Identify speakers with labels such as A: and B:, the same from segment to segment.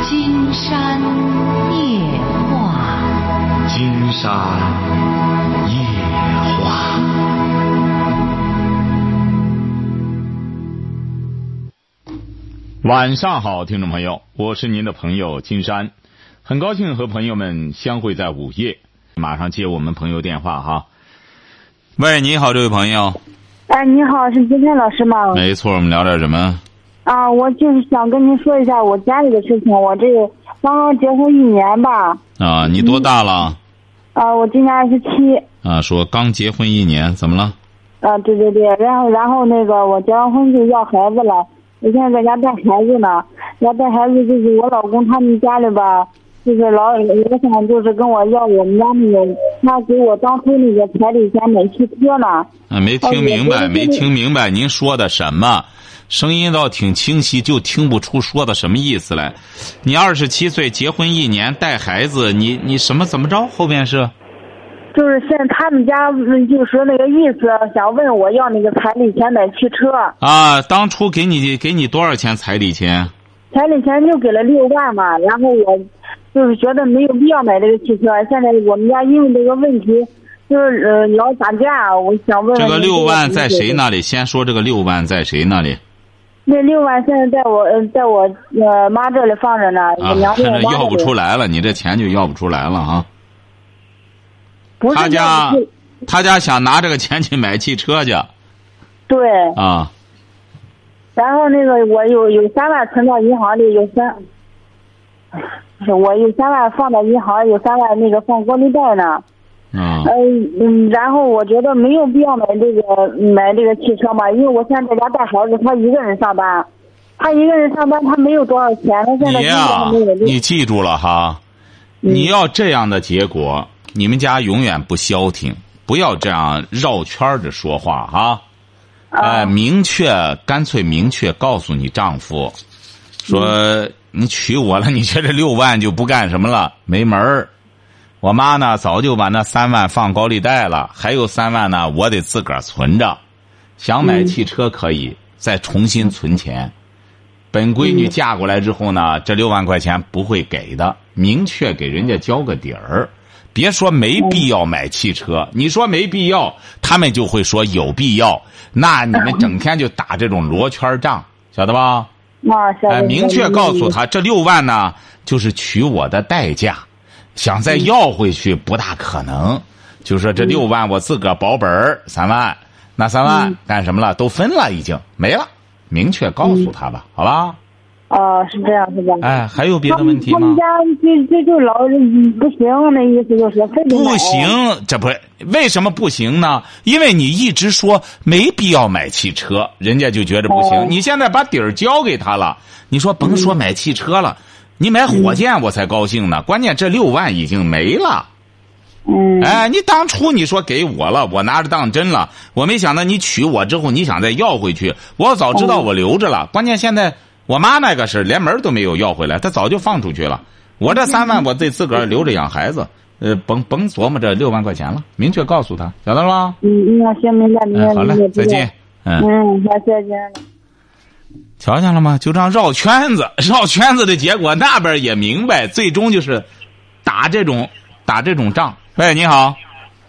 A: 金山夜话，
B: 金山夜话。晚上好，听众朋友，我是您的朋友金山，很高兴和朋友们相会在午夜。马上接我们朋友电话哈。喂，你好，这位朋友。
C: 哎，你好，是金山老师吗？
B: 没错，我们聊点什么？
C: 啊，我就是想跟您说一下我家里的事情。我这刚刚结婚一年吧，
B: 啊，你多大了？
C: 啊，我今年二十七，
B: 啊，说刚结婚一年，怎么了？
C: 啊，对对对，然后然后那个我结完婚就要孩子了，我现在在家带孩子呢，要带孩子就是我老公他们家里吧，就是老老想就是跟我要我们家那个，他给我当初那个彩礼钱买汽车呢，
B: 啊，没
C: 哦
B: 听
C: 我
B: 明
C: 觉
B: 白，
C: 得
B: 没
C: 这个
B: 听明白您说的什么？声音倒挺清晰，就听不出说的什么意思来。你二十七岁，结婚一年，带孩子，你你什么怎么着？后边是
C: 就是现在他们家嗯就说那个意思，想问我要那个彩礼钱买汽车，
B: 啊，当初给你给你多少钱彩礼钱？
C: 彩礼钱就给了六万嘛，然后我就是觉得没有必要买这个汽车。现在我们家因为这个问题，就是呃老打架，我想问问
B: 这个
C: 您
B: 六万
C: 怎么
B: 在
C: 解
B: 谁
C: 决？
B: 那里？先说这个六万在谁那里？
C: 那六万现在在我呃在我呃妈这里放着呢，
B: 啊
C: 我娘，给我
B: 这
C: 妈
B: 要不
C: 这里
B: 出来了，你这钱就要不出来了啊！
C: 不
B: 他
C: 是
B: 家
C: 要不出
B: 他家想拿这个钱去买汽车去
C: 对，
B: 啊。
C: 然后那个我有有三万存到银行里，有三，不是我有三万放到银行，有三万那个放高利贷呢。
B: 啊
C: 嗯嗯，然后我觉得没有必要买这个买这个汽车嘛，因为我现在在家带孩子，他一个人上班，他一个人上班，他没有多少钱，他现在
B: 你
C: 工
B: 呀、
C: 作都没有
B: 啊
C: 嗯
B: 你记住了哈，你要这样的结果，你们家永远不消停，不要这样绕圈着说话哈。
C: 啊
B: 哎，明确，干脆明确告诉你丈夫，
C: 嗯
B: 说你娶我了，你这这六万就不干什么了，没门儿。我妈呢，早就把那三万放高利贷了，还有三万呢，我得自个儿存着。想
C: 嗯
B: 买汽车可以，再重新存钱。本闺女嫁过来之后呢，这六万块钱不会给的，明确给人家交个底儿。别说没必要买汽车，你说没必要，他们就会说有必要。那你们整天就打这种罗圈仗，晓得吧？
C: 啊，小
B: 哎，
C: 薇
B: 明确告诉，他，这六万呢，就是取我的代价，想再要回去不大可能。就说这六万我自个儿保本儿三万，那三万干什么了？都分了，已经没了。明确告诉他吧，好吧？
C: 啊，是这样是吧？
B: 哎，还有别
C: 他
B: 的问
C: 们
B: 题
C: 他
B: 吗
C: 们？家就就就老嗯不行，那意思就是非得买
B: 不，行，这不为什么不行呢？因为你一直说没必要买汽车，人家就觉着不行。
C: 哦
B: 你现在把底儿交给他了，你说甭说买汽车了，你买火箭我才高兴呢。关键这六万已经没了。
C: 嗯，
B: 哎，你当初你说给我了，我拿着当真了，我没想到你娶我之后你想再要回去，我早知
C: 哦
B: 道我留着了。关键现在我妈那个是连门儿都没有要回来，她早就放出去了。我这三万我得自个儿留着养孩子，呃，甭甭琢磨这六万块钱了，明确告诉她，晓得了吗？
C: 嗯嗯，行，明白明白
B: 嗯，好
C: 明
B: 嘞
C: 白，，
B: 再见。。嗯，
C: 嗯，好，再见。
B: 瞧见了吗？就这样绕圈子，绕圈子的结果那边也明白，最终就是打这种打这种仗。喂，你好，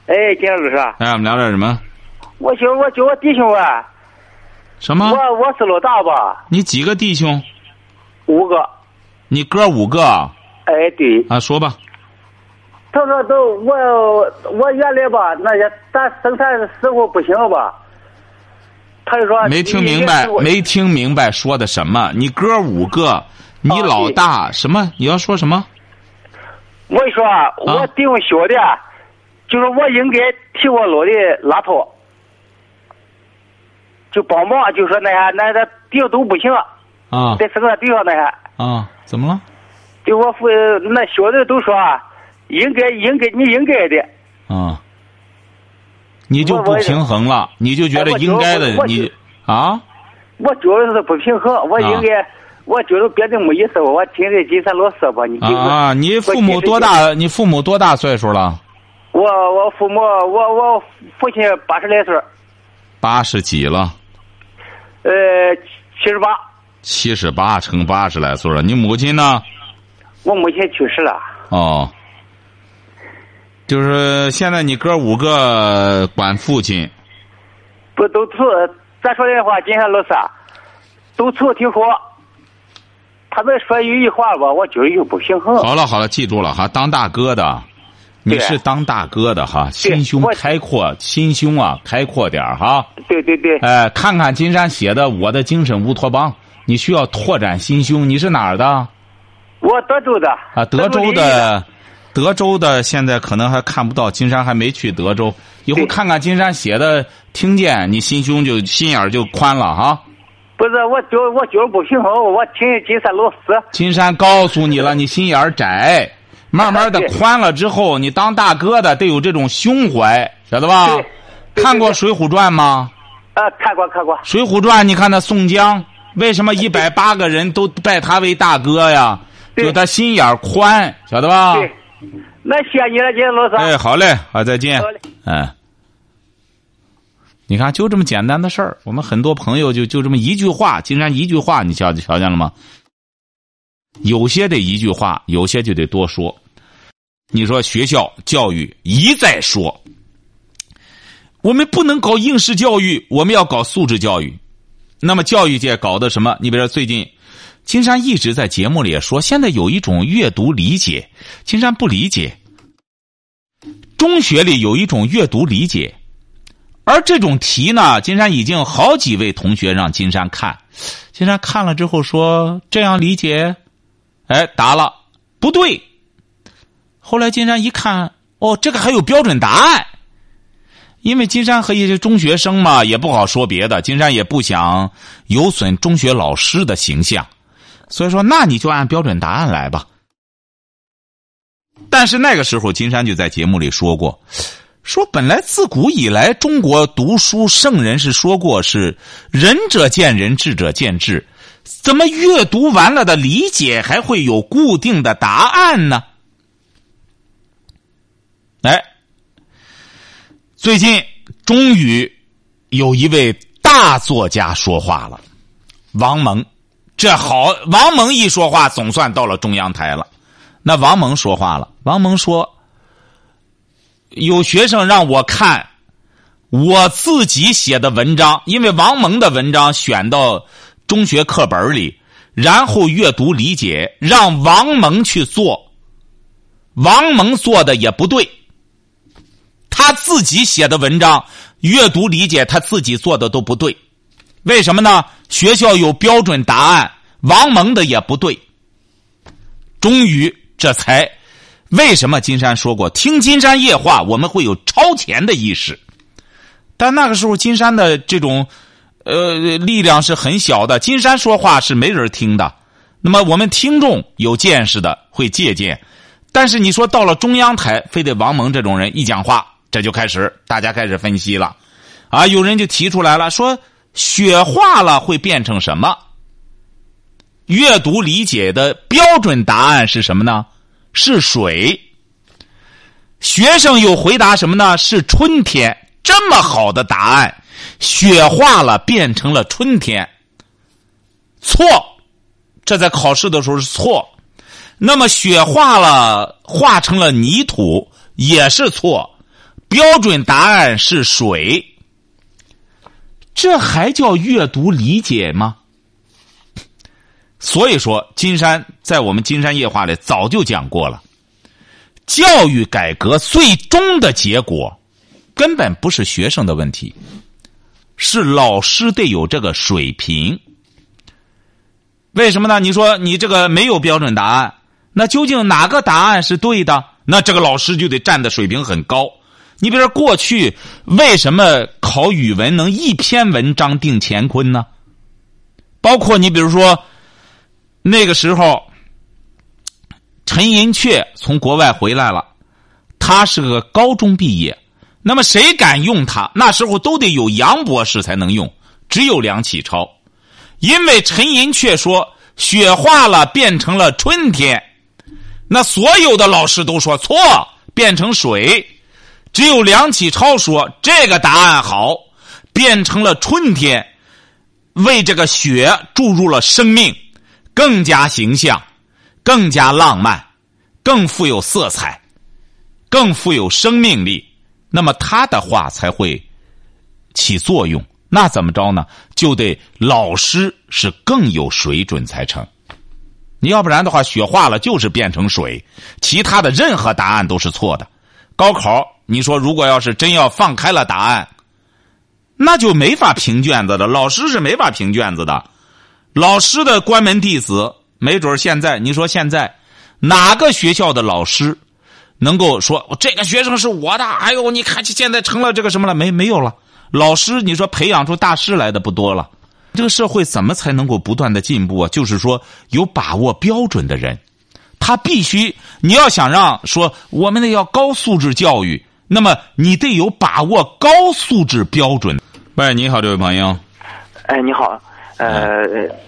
D: 哎，金老师啊，
B: 哎，我们聊点什么？
D: 我叫我叫我弟兄啊，
B: 什么？
D: 我我是老大吧，
B: 你几个弟兄？
D: 五个。
B: 你哥五个啊，
D: 哎，对，
B: 啊说吧。
D: 他说都我我原来吧，那也咱生产师傅不行吧，他就说
B: 没听明白，
D: 你
B: 没听明白说的什么？你哥五个，你
D: 啊
B: 老大什么？你要说什么？
D: 我跟你说啊，我弟兄小的啊，就是我应该替我老的拉套，就帮忙，就说那啥，那那弟兄都不行，
B: 啊
D: 在生产队上那啥。
B: 啊，怎么了？
D: 对我父那小的都说啊，应该应该你应该的，
B: 啊，你就
D: 我
B: 不
D: 我也
B: 平衡了，你就觉
D: 哎
B: 得
D: 我觉
B: 应
D: 得
B: 该
D: 我
B: 的，
D: 我
B: 你
D: 觉
B: 啊，
D: 我觉得是不平衡，我
B: 啊
D: 应该，我觉得别的没意思，我听着金山老师吧，你
B: 啊
D: 听着
B: 啊！你父母多？大？你父母多大岁数了？
D: 我我父母，我我父亲八十来岁，
B: 八十几了，
D: 呃，七十八，
B: 七十八乘八十来岁了。你母亲呢？
D: 我母亲去世了。
B: 哦，就是现在你哥五个管父亲，
D: 不都凑，咱说的话，今天老三，都凑挺好。他们说一句话吧，我觉得又不平衡。
B: 好了好了，记住了哈，当大哥的，你
D: 对
B: 是当大哥的哈，心胸
D: 我
B: 开阔，心胸啊开阔点儿哈。
D: 对对对，
B: 哎，看看金山写的《我的精神乌托邦》，你需要拓展心胸。你是哪儿的？
D: 我德州的
B: 啊，德州
D: 林业
B: 的，德州的现在可能还看不到，金山还没去德州，以后
D: 对
B: 看看金山写的，听见你心胸就心眼儿就宽了哈。
D: 不是我觉我觉不平衡，我听金山老师，
B: 金山告诉你了，你心眼儿窄，慢慢的
D: 对
B: 宽了之后，你当大哥的得有这种胸怀，晓得吧
D: 对？对
B: 看过《
D: 对
B: 水浒传》吗？
D: 呃，看过看过，
B: 《水浒传》，你看那宋江，为什么一百八个人都拜他为大哥呀？
D: 对
B: 就他心眼儿宽，晓得吧？
D: 对，那谢谢你了，金山老师。
B: 啊哎，好嘞，好，再见
D: 好嘞。
B: 嗯，你看，就这么简单的事儿，我们很多朋友就就这么一句话，竟然一句话，你瞧瞧见了吗？有些得一句话，有些就得多说。你说学校教育一再说，我们不能搞应试教育，我们要搞素质教育。那么教育界搞的什么？你比如说最近，金山一直在节目里也说，现在有一种阅读理解，金山不理解。中学里有一种阅读理解，而这种题呢，金山已经好几位同学让金山看，金山看了之后说这样理解，哎，答了不对。后来金山一看，哦，这个还有标准答案，因为金山和一些中学生嘛，也不好说别的，金山也不想有损中学老师的形象，所以说那你就按标准答案来吧。但是那个时候，金山就在节目里说过，说本来自古以来，中国读书圣人是说过是仁者见仁，智者见智，怎么阅读完了的理解还会有固定的答案呢？哎，最近终于有一位大作家说话了，王蒙。这好，王蒙一说话，总算到了中央台了。那王蒙说话了，王蒙说：“有学生让我看我自己写的文章，因为王蒙的文章选到中学课本里，然后阅读理解，让王蒙去做，王蒙做的也不对，他自己写的文章阅读理解他自己做的都不对，为什么呢？学校有标准答案，王蒙的也不对。”终于这才，为什么金山说过听金山夜话，我们会有超前的意识？但那个时候金山的这种呃力量是很小的，金山说话是没人听的。那么我们听众有见识的会借鉴，但是你说到了中央台，非得王蒙这种人一讲话，这就开始大家开始分析了，啊，有人就提出来了，说雪化了会变成什么？阅读理解的标准答案是什么呢？是水。学生又回答什么呢？是春天。这么好的答案，雪化了变成了春天。错，这在考试的时候是错。那么雪化了化成了泥土也是错，标准答案是水。这还叫阅读理解吗？所以说，金山在我们《金山夜话》里早就讲过了，教育改革最终的结果，根本不是学生的问题，是老师得有这个水平。为什么呢？你说你这个没有标准答案，那究竟哪个答案是对的？那这个老师就得站的水平很高。你比如说，过去为什么考语文能一篇文章定乾坤呢？包括你比如说，那个时候，陈寅恪从国外回来了，他是个高中毕业，那么谁敢用他？那时候都得有杨博士才能用，只有梁启超，因为陈寅恪说雪化了变成了春天，那所有的老师都说错，变成水，只有梁启超说这个答案好，变成了春天，为这个雪注入了生命。更加形象，更加浪漫，更富有色彩，更富有生命力，那么他的话才会起作用。那怎么着呢？就得老师是更有水准才成。你要不然的话，雪化了就是变成水，其他的任何答案都是错的。高考，你说如果要是真要放开了答案，那就没法评卷子的，老师是没法评卷子的。老师的关门弟子，没准现在你说现在哪个学校的老师能够说这个学生是我的？哎呦，你看现在成了这个什么了？没没有了。老师，你说培养出大师来的不多了。这个社会怎么才能够不断的进步啊？就是说，有把握标准的人，他必须你要想让说我们得要高素质教育，那么你得有把握高素质标准。喂，你好，这位朋友。
E: 哎，你好，呃，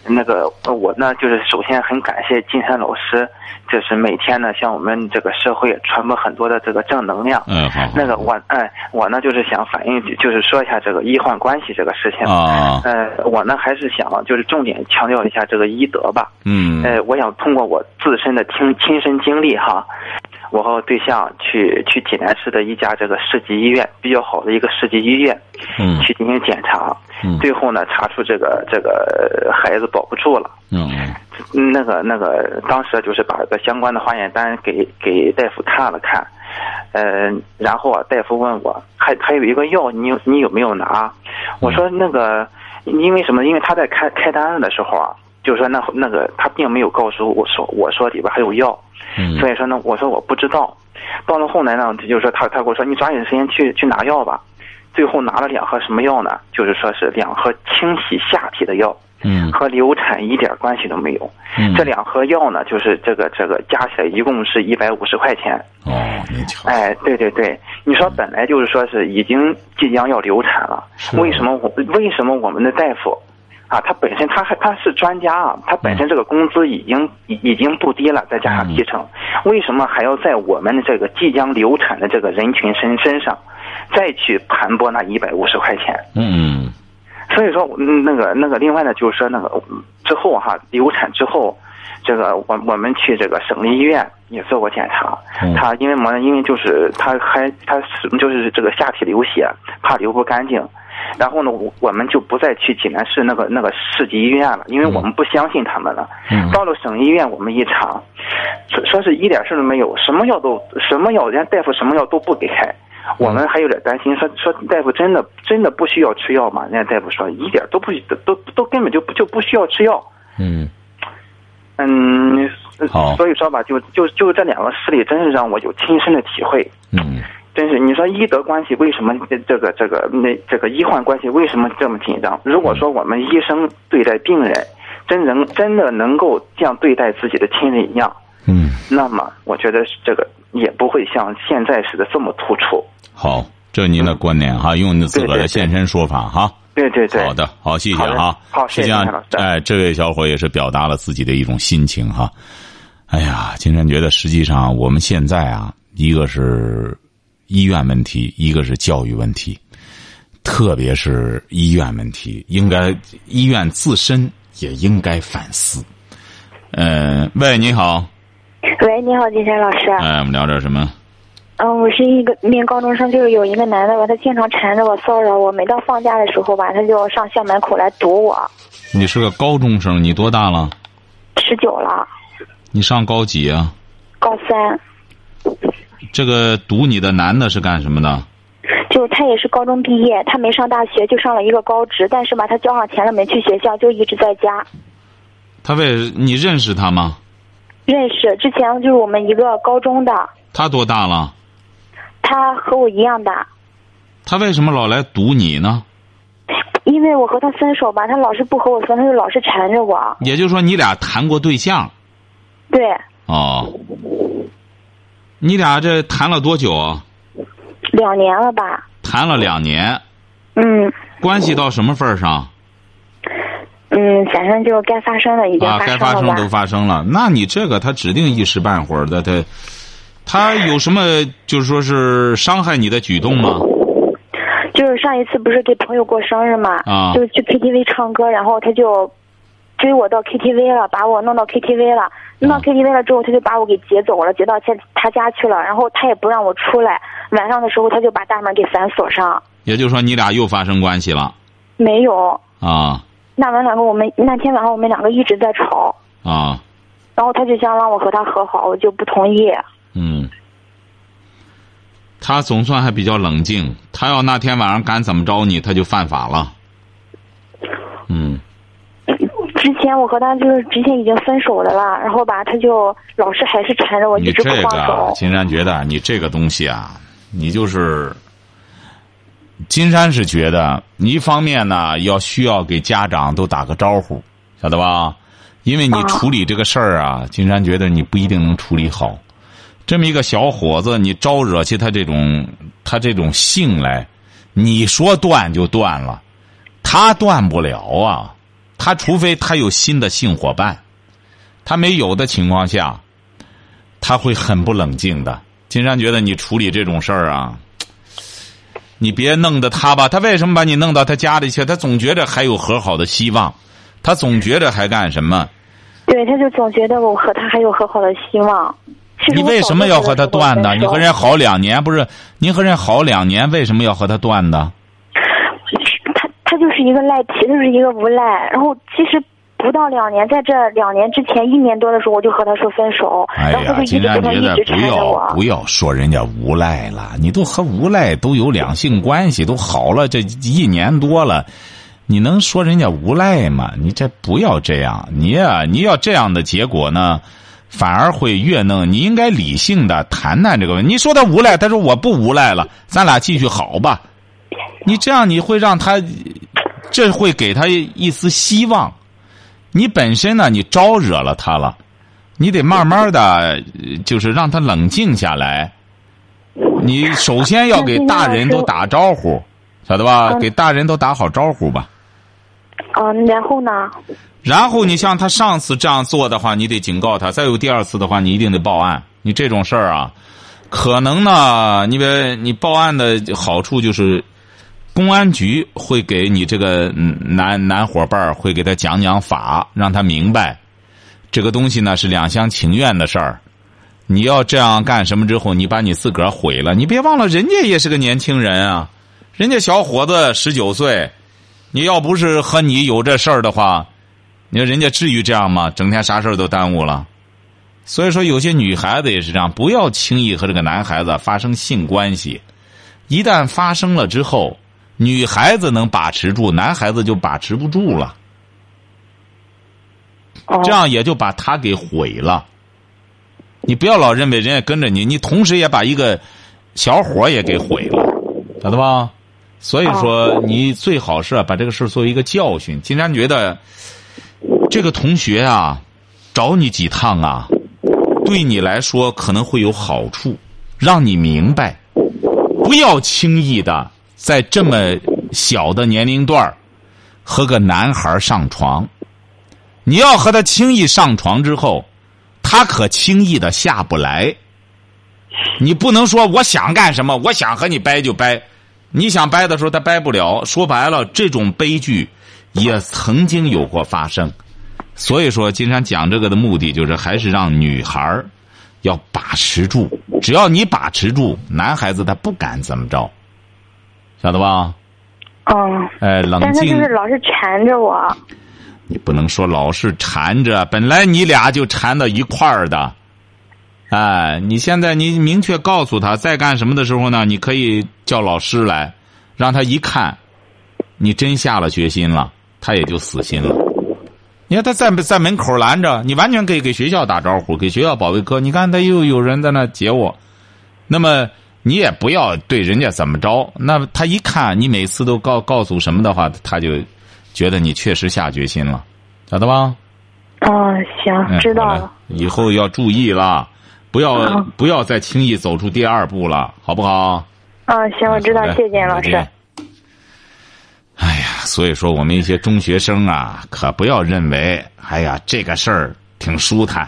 E: 那个呃我呢，就是首先很感谢金山老师，就是每天呢向我们这个社会传播很多的这个正能量。
B: 嗯，好好
E: 那个我哎，我呢就是想反映，就是说一下这个医患关系这个事情。
B: 啊，
E: 呃，我呢还是想就是重点强调一下这个医德吧。
B: 嗯，
E: 呃，我想通过我自身的亲亲身经历哈，我和我对象去去济南市的一家这个市级医院，比较好的一个市级医院，
B: 嗯
E: 去进行检查，
B: 嗯
E: 最后呢查出这个这个呃孩子保不住了。
B: 嗯
E: 那个那个，当时就是把这个相关的化验单给给大夫看了看，呃，然后啊，大夫问我还还有一个药你有你有没有拿？我说那个因为什么？因为他在开开单子的时候啊，就是说那那个他并没有告诉我说我说里边还有药，
B: 嗯
E: 所以说呢，我说我不知道。到了后来呢，就是说他他跟我说你抓紧时间去去拿药吧，最后拿了两盒什么药呢？就是说是两盒清洗下体的药。
B: 嗯
E: 和流产一点关系都没有。
B: 嗯，
E: 这啊两盒药呢，就是这个这个加起来一共是一百五十块钱。
B: 哦，你瞧，
E: 哎，对对对，你说本来就是说是已经即将要流产了，
B: 是
E: 为什么我为什么我们的大夫？啊，他本身他还他是专家啊，他本身这个工资已经已已经不低了，再加上提成，为什么还要在我们的这个即将流产的这个人群身身上，再去盘剥那一百五十块钱？
B: 嗯
E: 所以说，嗯那个那个，另外呢，就是说那个嗯之后哈，流产之后，这个我我们去这个省立医院也做过检查
B: 嗯，
E: 他因为嘛，因为就是他还他是就是这个下体流血，怕流不干净。然后呢，我我们就不再去济南市那个那个市级医院了，因为我们不相信他们了。
B: 嗯
E: 到了省医院，我们一查，说说是一点事儿都没有，什么药都什么药，人家大夫什么药都不给开。我们还有点担心，说说大夫真的真的不需要吃药吗？人家大夫说一点都不都都都根本就不就不需要吃药。
B: 嗯
E: 嗯
B: 好，
E: 所以说吧，就就就这两个事例，真是让我有亲身的体会。
B: 嗯，
E: 真是，你说医德关系为什么这这个这个那这个医患关系为什么这么紧张？如果说我们医生对待病人，真能真的能够像对待自己的亲人一样，
B: 嗯，
E: 那么我觉得这个也不会像现在似的这么突出。
B: 好，这是您的观点哈，用您自个儿的现身说法哈。
E: 对对对，
B: 好的，好，谢谢啊
E: 好的
B: 哈。
E: 好
B: 实
E: 谢谢
B: 际上
E: 蔡老师，
B: 哎，这位小伙也是表达了自己的一种心情哈。哎呀，金山觉得实际上我们现在啊，一个是医院问题，一个是教育问题，特别是医院问题，应该医院自身也应该反思。嗯、喂，你好，
F: 喂，你好，金山老师。
B: 哎，我们聊点什么？
F: 嗯，我是一个名高中生，就是有一个男的吧，他经常缠着我骚扰我，每到放假的时候吧，他就上校门口来堵我。
B: 你是个高中生，你多大了？
F: 十九了，
B: 你上高几啊？
F: 高三，
B: 这个堵你的男的是干什么的？
F: 就他也是高中毕业，他没上大学，就上了一个高职，但是吧，他交上钱了没去学校，就一直在家。
B: 他为你认识他吗？
F: 认识之前就是我们一个高中的，
B: 他多大了？
F: 他和我一样大，
B: 他为什么老来堵你呢？
F: 因为我和他分手吧，他老是不和我分，他就老是缠着我。
B: 也就是说，你俩谈过对象
F: 对，
B: 哦？你俩这谈了多久啊？
F: 两年了吧？
B: 谈了两年，
F: 嗯
B: 关系到什么份儿上
F: 嗯，反正就该发生的已经
B: 啊？该发
F: 生
B: 生
F: 了吧。
B: 都发生了，那你这个他指定一时半会儿的，他他有什么就是说是伤害你的举动吗？
F: 就是上一次不是给朋友过生日嘛，
B: 啊
F: 就去 KTV 唱歌，然后他就追我到 KTV 了，把我弄到 KTV
B: 啊
F: 了，弄到 KTV 了之后，他就把我给劫走了，劫到他他家去了，然后他也不让我出来，晚上的时候他就把大门给反锁上，
B: 也就是说你俩又发生关系了
F: 没有。
B: 啊
F: 那晚两个我们那天晚上我们两个一直在吵，
B: 啊
F: 然后他就想让我和他和好，我就不同意。
B: 嗯。他总算还比较冷静，他要那天晚上敢怎么着你，他就犯法了。嗯
F: 之前我和他就是之前已经分手的了，然后吧，他就老是还是缠着我，一
B: 你
F: 直
B: 这
F: 不
B: 个
F: 放手
B: 啊，。金山觉得你这个东西啊，你就是，金山是觉得你一方面呢要需要给家长都打个招呼，晓得吧？因为你
F: 啊
B: 处理这个事儿啊，金山觉得你不一定能处理好。这么一个小伙子，你招惹起他这种他这种性来，你说断就断了，他断不了啊。他除非他有新的性伙伴，他没有的情况下，他会很不冷静的。金山觉得你处理这种事儿啊，你别弄得他吧，他为什么把你弄到他家里去？他总觉着还有和好的希望，他总觉着还干什么？
F: 对，他就总觉得我和他还有和好的希望。其实
B: 你
F: 我
B: 为
F: 早
B: 什么
F: 就
B: 要
F: 觉得
B: 和他
F: 是我
B: 断呢？
F: 分
B: 你和
F: 手
B: 人家好两年，不是？您和人家好两年，为什么要和他断呢？
F: 他他就是一个赖皮，他就是一个无赖。然后其实不到两年，在这两年之前一年多的时候，我就和他说分手，
B: 哎
F: 然后他
B: 呀，
F: 就一
B: 金
F: 直
B: 山
F: 跟他
B: 觉
F: 一
B: 得
F: 直
B: 不
F: 缠着
B: 要
F: 我
B: 不。要说人家无赖了，你都和无赖都有两性关系，都好了这一年多了，你能说人家无赖吗？你这不要这样，你呀、你要这样的结果呢，反而会越弄。你应该理性的谈谈这个问题。你说他无赖，他说我不无赖了，咱俩继续好吧。你这样你会让他，这会给他一一丝希望。你本身呢，你招惹了他了。你得慢慢的，就是让他冷静下来。你首先要给大人都打招呼，晓得吧？
F: 嗯
B: 给大人都打好招呼吧。
F: 嗯，然后呢？
B: 然后你像他上次这样做的话，你得警告他；再有第二次的话，你一定得报案。你这种事儿啊，可能呢，因为你报案的好处就是，公安局会给你这个嗯男男伙伴儿会给他讲讲法，让他明白这个东西呢是两厢情愿的事儿。你要这样干什么之后，你把你自个儿毁了。你别忘了，人家也是个年轻人啊，人家小伙子十九岁，你要不是和你有这事儿的话，你说人家至于这样吗？整天啥事儿都耽误了。所以说，有些女孩子也是这样，不要轻易和这个男孩子发生性关系。一旦发生了之后，女孩子能把持住，男孩子就把持不住了，
F: 哦
B: 这样也就把他给毁了。你不要老认为人家跟着你，你同时也把一个小伙儿也给毁了，晓得吧？所以说，你最好是啊把这个事儿作为一个教训。金山觉得，这个同学啊，找你几趟啊，对你来说可能会有好处，让你明白，不要轻易的在这么小的年龄段儿和个男孩儿上床。你要和他轻易上床之后，他可轻易的下不来。你不能说我想干什么，我想和你掰就掰。你想掰的时候，他掰不了。说白了，这种悲剧也曾经有过发生。所以说，金山讲这个的目的就是，还是让女孩儿要把持住。只要你把持住，男孩子他不敢怎么着，晓得吧？
F: 嗯，
B: 哎，冷
F: 但是他
B: 静
F: 就是。老是缠着我。
B: 你不能说老是缠着，本来你俩就缠到一块儿的，哎，你现在你明确告诉他，在干什么的时候呢，你可以叫老师来，让他一看，你真下了决心了，他也就死心了。你看他在在门口拦着你，完全可以给学校打招呼，给学校保卫科。你看他又有人在那截我，那么你也不要对人家怎么着。那么他一看你每次都告告诉什么的话，他就觉得你确实下决心了，晓得吧？
F: 嗯，行，
B: 嗯，
F: 知道
B: 好
F: 了
B: 了。，以后要注意了，不要、
F: 嗯
B: 不要再轻易走出第二步了，好不好？
F: 嗯，行，我知道
B: 好，嘞嗯
F: 谢谢老
B: 再
F: 师
B: 见。哎呀，所以说我们一些中学生啊，可不要认为，哎呀，这个事儿挺舒坦，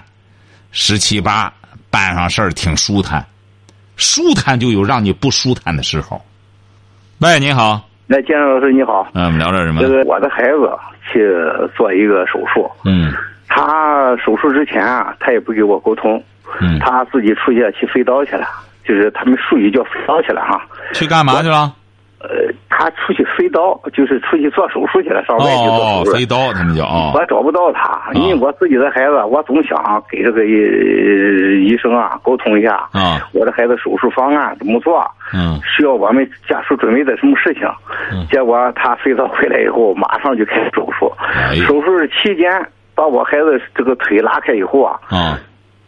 B: 十七八办上事儿挺舒坦，舒坦就有让你不舒坦的时候。喂，你好，
D: 来，金山老师你好，
B: 嗯，我们聊点什么？
D: 这个我的孩子
E: 去做一个手术。
B: 嗯
E: 他手术之前啊，他也不给我沟通，
B: 嗯，
E: 他自己出去去飞刀去了，就是他们术语叫飞刀去了哈。
B: 去干嘛去了？
E: 呃，他出去飞刀，就是出去做手术去了，上外地
B: 哦
E: 做，手
B: 飞
E: 术。
B: 刀他们叫哦
E: 我，找不到他，因为我自己的孩子，我总想给这个医医生啊沟通一下，
B: 啊
E: 我的孩子手术方案怎么做，
B: 嗯
E: 需要我们家属准备的什么事情。
B: 嗯
E: 结果他飞刀回来以后，马上就开始手术。
B: 哎
E: 手术期间，把我孩子这个腿拉开以后啊，
B: 啊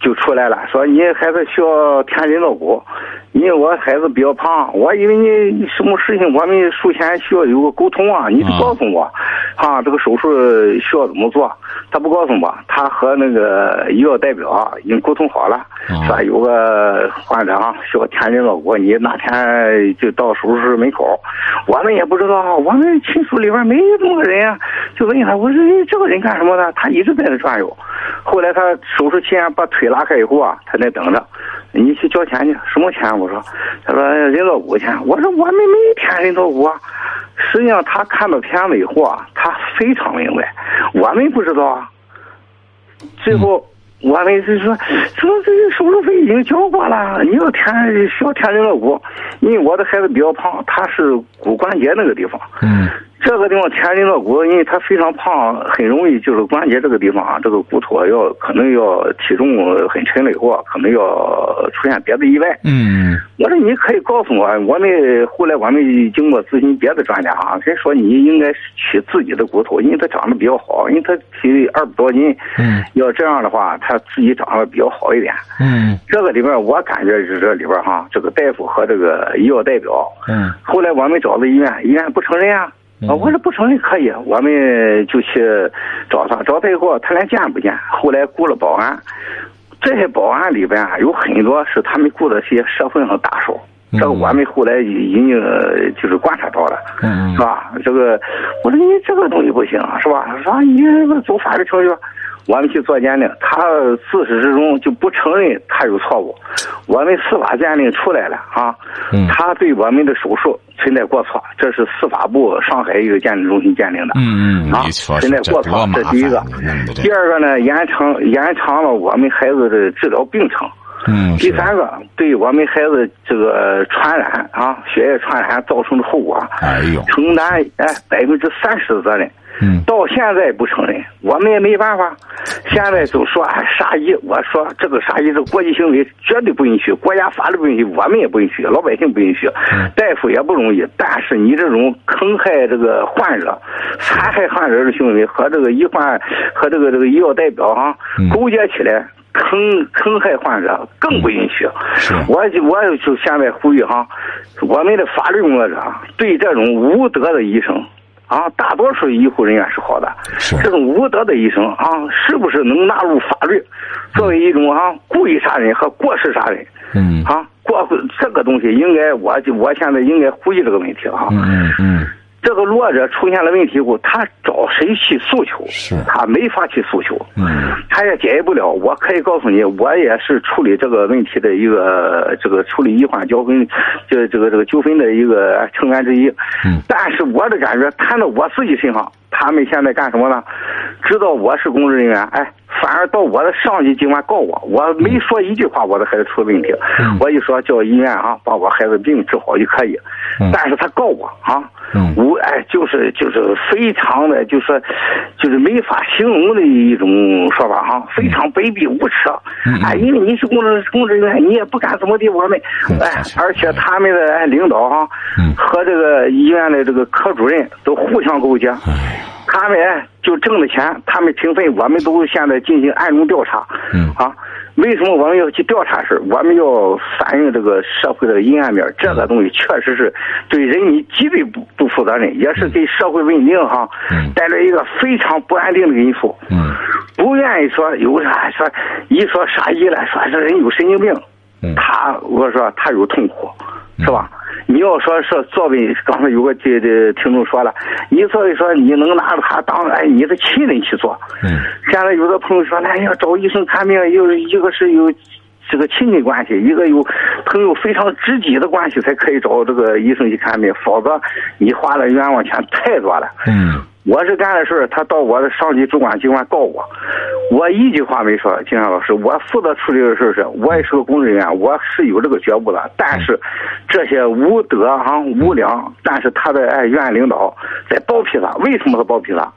E: 就出来了，说你孩子需要填人造骨，因为我孩子比较胖，我以为你什么事情我们术前需要有个沟通啊，你得
B: 啊
E: 告诉我，啊，这个手术需要怎么做，他不告诉我，他和那个医药代表啊已经沟通好了，
B: 啊
E: 说有个患者啊需要填人造骨，你那天就到手术室门口，我们也不知道，我们亲属里边没这么个人啊，就问他，我说哎这个人干什么的？他一直在那转悠。后来他手术期间把腿拉开以后啊，他在等着，你去交钱去，什么钱？我说，他说人造骨钱。我说我们没填人造骨啊。实际上他看到片子以后啊，他非常明白，我们不知道啊。最后。我们是说，这这这手术费已经交过了，你要填需要填人造骨，因为我的孩子比较胖，他是骨关节那个地方，
B: 嗯
E: 这个地方填人造骨，因为他非常胖，很容易就是关节这个地方啊，这个骨头要可能要体重很沉了以后啊，可能要出现别的意外。
B: 嗯
E: 我说你可以告诉我，我们后来我们经过咨询别的专家啊，人说你应该取自己的骨头，因为他长得比较好，因为他体二百多斤，
B: 嗯
E: 要这样的话，他自己长得比较好一点。
B: 嗯
E: 这个里边我感觉是这里边哈，这个大夫和这个医药代表
B: 嗯
E: 后来我们找到医院，医院不承认啊。
B: 嗯
E: 啊，我说不承认可以，我们就去找他，找他以后他连见不见。后来雇了保安，这些保安里边啊，有很多是他们雇的这些社会上打手，
B: 嗯
E: 这个我们后来已经呃就是观察到了，
B: 嗯
E: 是吧？这个我说你这个东西不行，啊是吧？说你走法律程序吧，我们去做鉴定，他自始至终就不承认他有错误。我们司法鉴定出来了啊，
B: 嗯
E: 他对我们的手术存在过错，这是司法部上海一个鉴定中心鉴定的。
B: 嗯嗯，
E: 啊
B: 你说
E: 现在
B: 说这
E: 过
B: 多
E: 场
B: 麻
E: 这
B: 烦，
E: 第一个
B: 你弄的
E: 第
B: 这，
E: 二个呢，延长延长了我们孩子的治疗病程。
B: 嗯
E: 第
B: 是，
E: 三个，对我们孩子这个传染啊，血液传染造成的后果，
B: 哎呦，
E: 承担哎百分之三十的责任。
B: 嗯
E: 到现在不承认，我们也没办法。现在就说哎杀医，我说这个杀医是国际行为，绝对不允许，国家法律不允许，我们也不允许，老百姓不允许，
B: 嗯
E: 大夫也不容易。但是你这种坑害这个患者、残害患者的行为和这个医患和这个这个医药代表啊
B: 嗯
E: 勾结起来。坑坑害患者更不允许，
B: 是
E: 我就我就现在呼吁哈，我们的法律工作者啊对这种无德的医生啊，大多数医护人员是好的，
B: 是
E: 这种无德的医生啊，是不是能纳入法律，作为一种啊故意杀人和过失杀人
B: 嗯
E: 啊？过这个东西应该，我就我现在应该呼吁这个问题啊。
B: 嗯嗯嗯
E: 这个弱者出现了问题后，他找谁去诉求？
B: 是
E: 他没法去诉求，
B: 嗯
E: 他也解决不了。我可以告诉你，我也是处理这个问题的一个这个处理医患纠纷，这这个这个纠纷的一个成员之一。
B: 嗯
E: 但是我的感觉，摊到我自己身上，他们现在干什么呢？知道我是公职人员，哎，反而到我的上级机关告我，我没说一句话，我的孩子出了问题，
B: 嗯
E: 我就说叫医院啊，把我孩子病治好就可以。
B: 嗯
E: 但是他告我啊，
B: 嗯
E: 我哎，就是就是非常的，就是就是没法形容的一种说法哈、非常卑鄙无耻。
B: 嗯嗯嗯
E: 哎，因为你是公职公职人员，你也不敢怎么地我们
B: 嗯，
E: 哎
B: 是，
E: 而且他们的哎领导哈、
B: 嗯
E: 和这个医院的这个科主任都互相勾结。
B: 嗯
E: 他们就挣了钱，他们评分，我们都现在进行暗中调查。
B: 嗯
E: 啊，为什么我们要去调查事？我们要反映这个社会的阴暗面，这个东西确实是对人民极为不不负责任，也是给社会稳定哈、
B: 嗯
E: 带来一个非常不安定的因素。
B: 嗯
E: 不愿意说有啥说一说啥医了，说这人有神经病，
B: 嗯
E: 他我说他有痛苦，是吧？你要说是作为刚才有个这这听众说了，你作为说你能拿着他当哎你的亲人去做，
B: 嗯
E: 现在有的朋友说，哎呀，找医生看病，又是一个是有这个亲戚关系，一个有朋友非常知己的关系才可以找这个医生去看病，否则你花的冤枉钱太多了。
B: 嗯
E: 我是干的事儿，他到我的上级主管机关告我，我一句话没说。金山老师，我负责处理的事儿是，我也是个工作人员，我是有这个觉悟的。但是，这些无德啊、无良，但是他的哎院领导在包庇他，为什么他包庇他？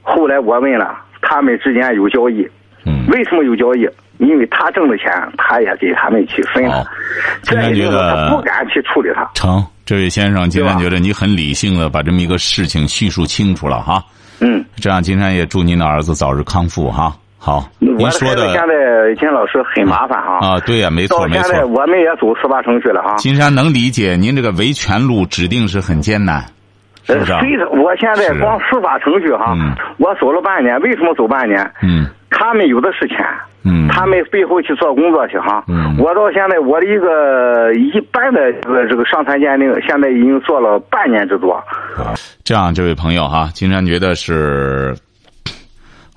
E: 后来我问了，他们之间有交易，
B: 嗯，
E: 为什么有交易？因为他挣的钱，他也给他们去分了
B: 好。
E: 这
B: 哦金山
E: 也就
B: 觉
E: 是
B: 得
E: 他不敢去处理他。
B: 成，这位先生，今
E: 对
B: 天
E: 吧
B: 觉得你很理性的把这么一个事情叙述清楚了哈。
E: 嗯，
B: 这样，金山也祝您的儿子早日康复哈。好，您
E: 我
B: 说
E: 孩子
B: 的
E: 现在金山老师很麻烦哈。
B: 啊，对呀、没错
E: 到
B: 没
E: 现
B: 错。
E: 在我们也走司法程序了哈。
B: 金山能理解您这个维权路指定是很艰难，是不是啊？
E: 虽然呃我现在
B: 是
E: 光司法程序哈，
B: 嗯
E: 我走了半年，为什么走半年？
B: 嗯
E: 他们有的是钱，
B: 嗯，
E: 他们背后去做工作去哈。
B: 嗯
E: 我到现在我的一个一般的这个这个伤残鉴定，现在已经做了半年之多。
B: 这样，这位朋友哈，金山觉得是，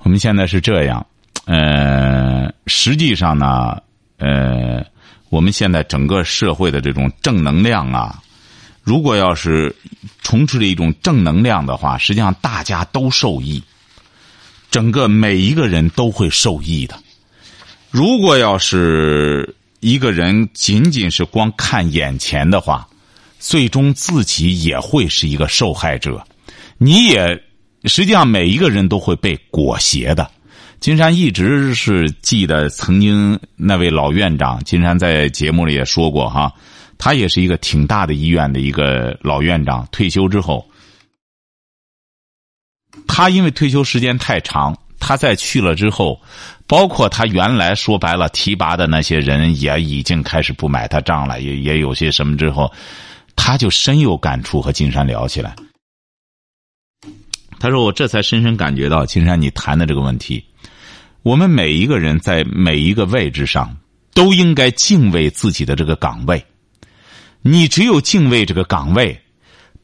B: 我们现在是这样，呃，实际上呢，呃，我们现在整个社会的这种正能量啊，如果要是充斥着一种正能量的话，实际上大家都受益，整个每一个人都会受益的。如果要是一个人仅仅是光看眼前的话，最终自己也会是一个受害者。你也，实际上每一个人都会被裹挟的。金山一直是记得曾经那位老院长，金山在节目里也说过哈，他也是一个挺大的医院的一个老院长，退休之后，他因为退休时间太长，他在去了之后，包括他原来说白了提拔的那些人也已经开始不买他账了，也也有些什么之后，他就深有感触，和金山聊起来。他说：“我这才深深感觉到，金山你谈的这个问题，我们每一个人在每一个位置上，都应该敬畏自己的这个岗位。你只有敬畏这个岗位，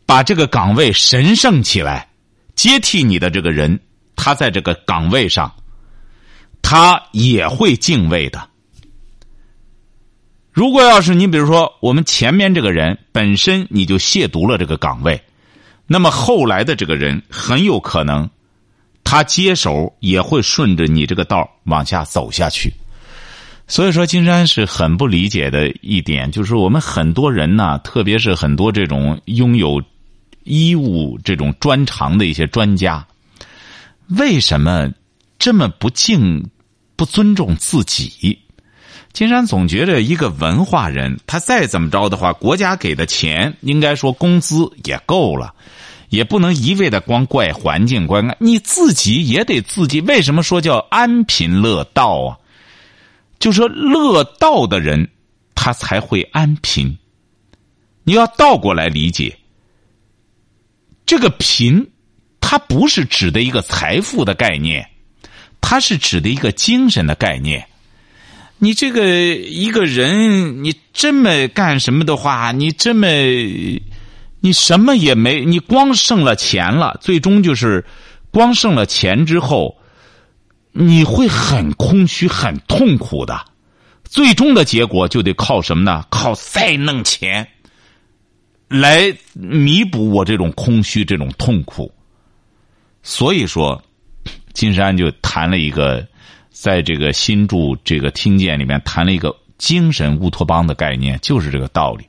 B: 把这个岗位神圣起来，接替你的这个人，他在这个岗位上，他也会敬畏的。”如果要是你比如说我们前面这个人本身你就亵渎了这个岗位，那么后来的这个人很有可能，他接手也会顺着你这个道儿往下走下去。所以说，金山是很不理解的一点，就是我们很多人呢，特别是很多这种拥有医务这种专长的一些专家，为什么这么不敬、不尊重自己？金山总觉着一个文化人，他再怎么着的话，国家给的钱应该说工资也够了，也不能一味的光怪环境、怪你自己也得自己。为什么说叫安贫乐道啊？就说乐道的人，他才会安贫。你要倒过来理解，这个贫，它不是指的一个财富的概念，它是指的一个精神的概念。你这个一个人，你这么干什么的话，你这么，你什么也没，你光剩了钱了，最终就是光剩了钱之后，你会很空虚、很痛苦的。最终的结果就得靠什么呢？靠再弄钱来弥补我这种空虚、这种痛苦。所以说，金山就谈了一个。在这个新著这个听见里面谈了一个精神乌托邦的概念，就是这个道理。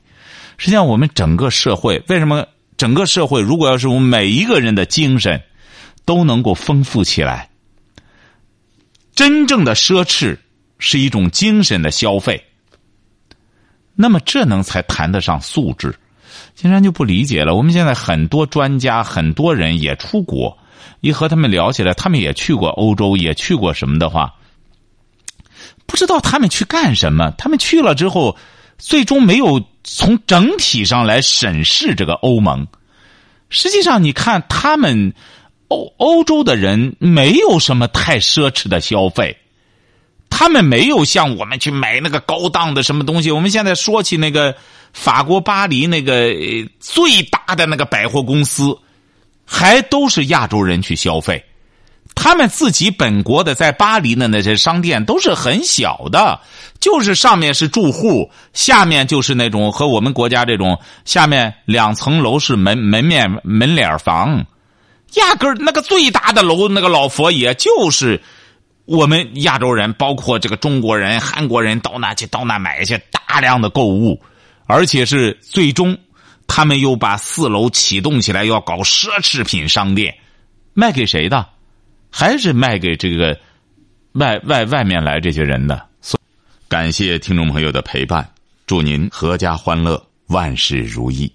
B: 实际上，我们整个社会为什么整个社会，如果要是我们每一个人的精神都能够丰富起来，真正的奢侈是一种精神的消费，那么这能才谈得上素质。金山就不理解了。我们现在很多专家、很多人也出国，一和他们聊起来，他们也去过欧洲，也去过什么的话，不知道他们去干什么。他们去了之后，最终没有从整体上来审视这个欧盟。实际上，你看他们欧欧洲的人没有什么太奢侈的消费。他们没有像我们去买那个高档的什么东西。我们现在说起那个法国巴黎那个呃最大的那个百货公司，还都是亚洲人去消费。他们自己本国的在巴黎的那些商店都是很小的，就是上面是住户，下面就是那种和我们国家这种下面两层楼是门门面门脸房，压根儿那个最大的楼，那个老佛爷就是我们亚洲人，包括这个中国人、韩国人到那去，到那买一些大量的购物，而且是最终他们又把四楼启动起来，要搞奢侈品商店，卖给谁的？还是卖给这个外外外面来这些人的。所以感谢听众朋友的陪伴，祝您阖家欢乐，万事如意。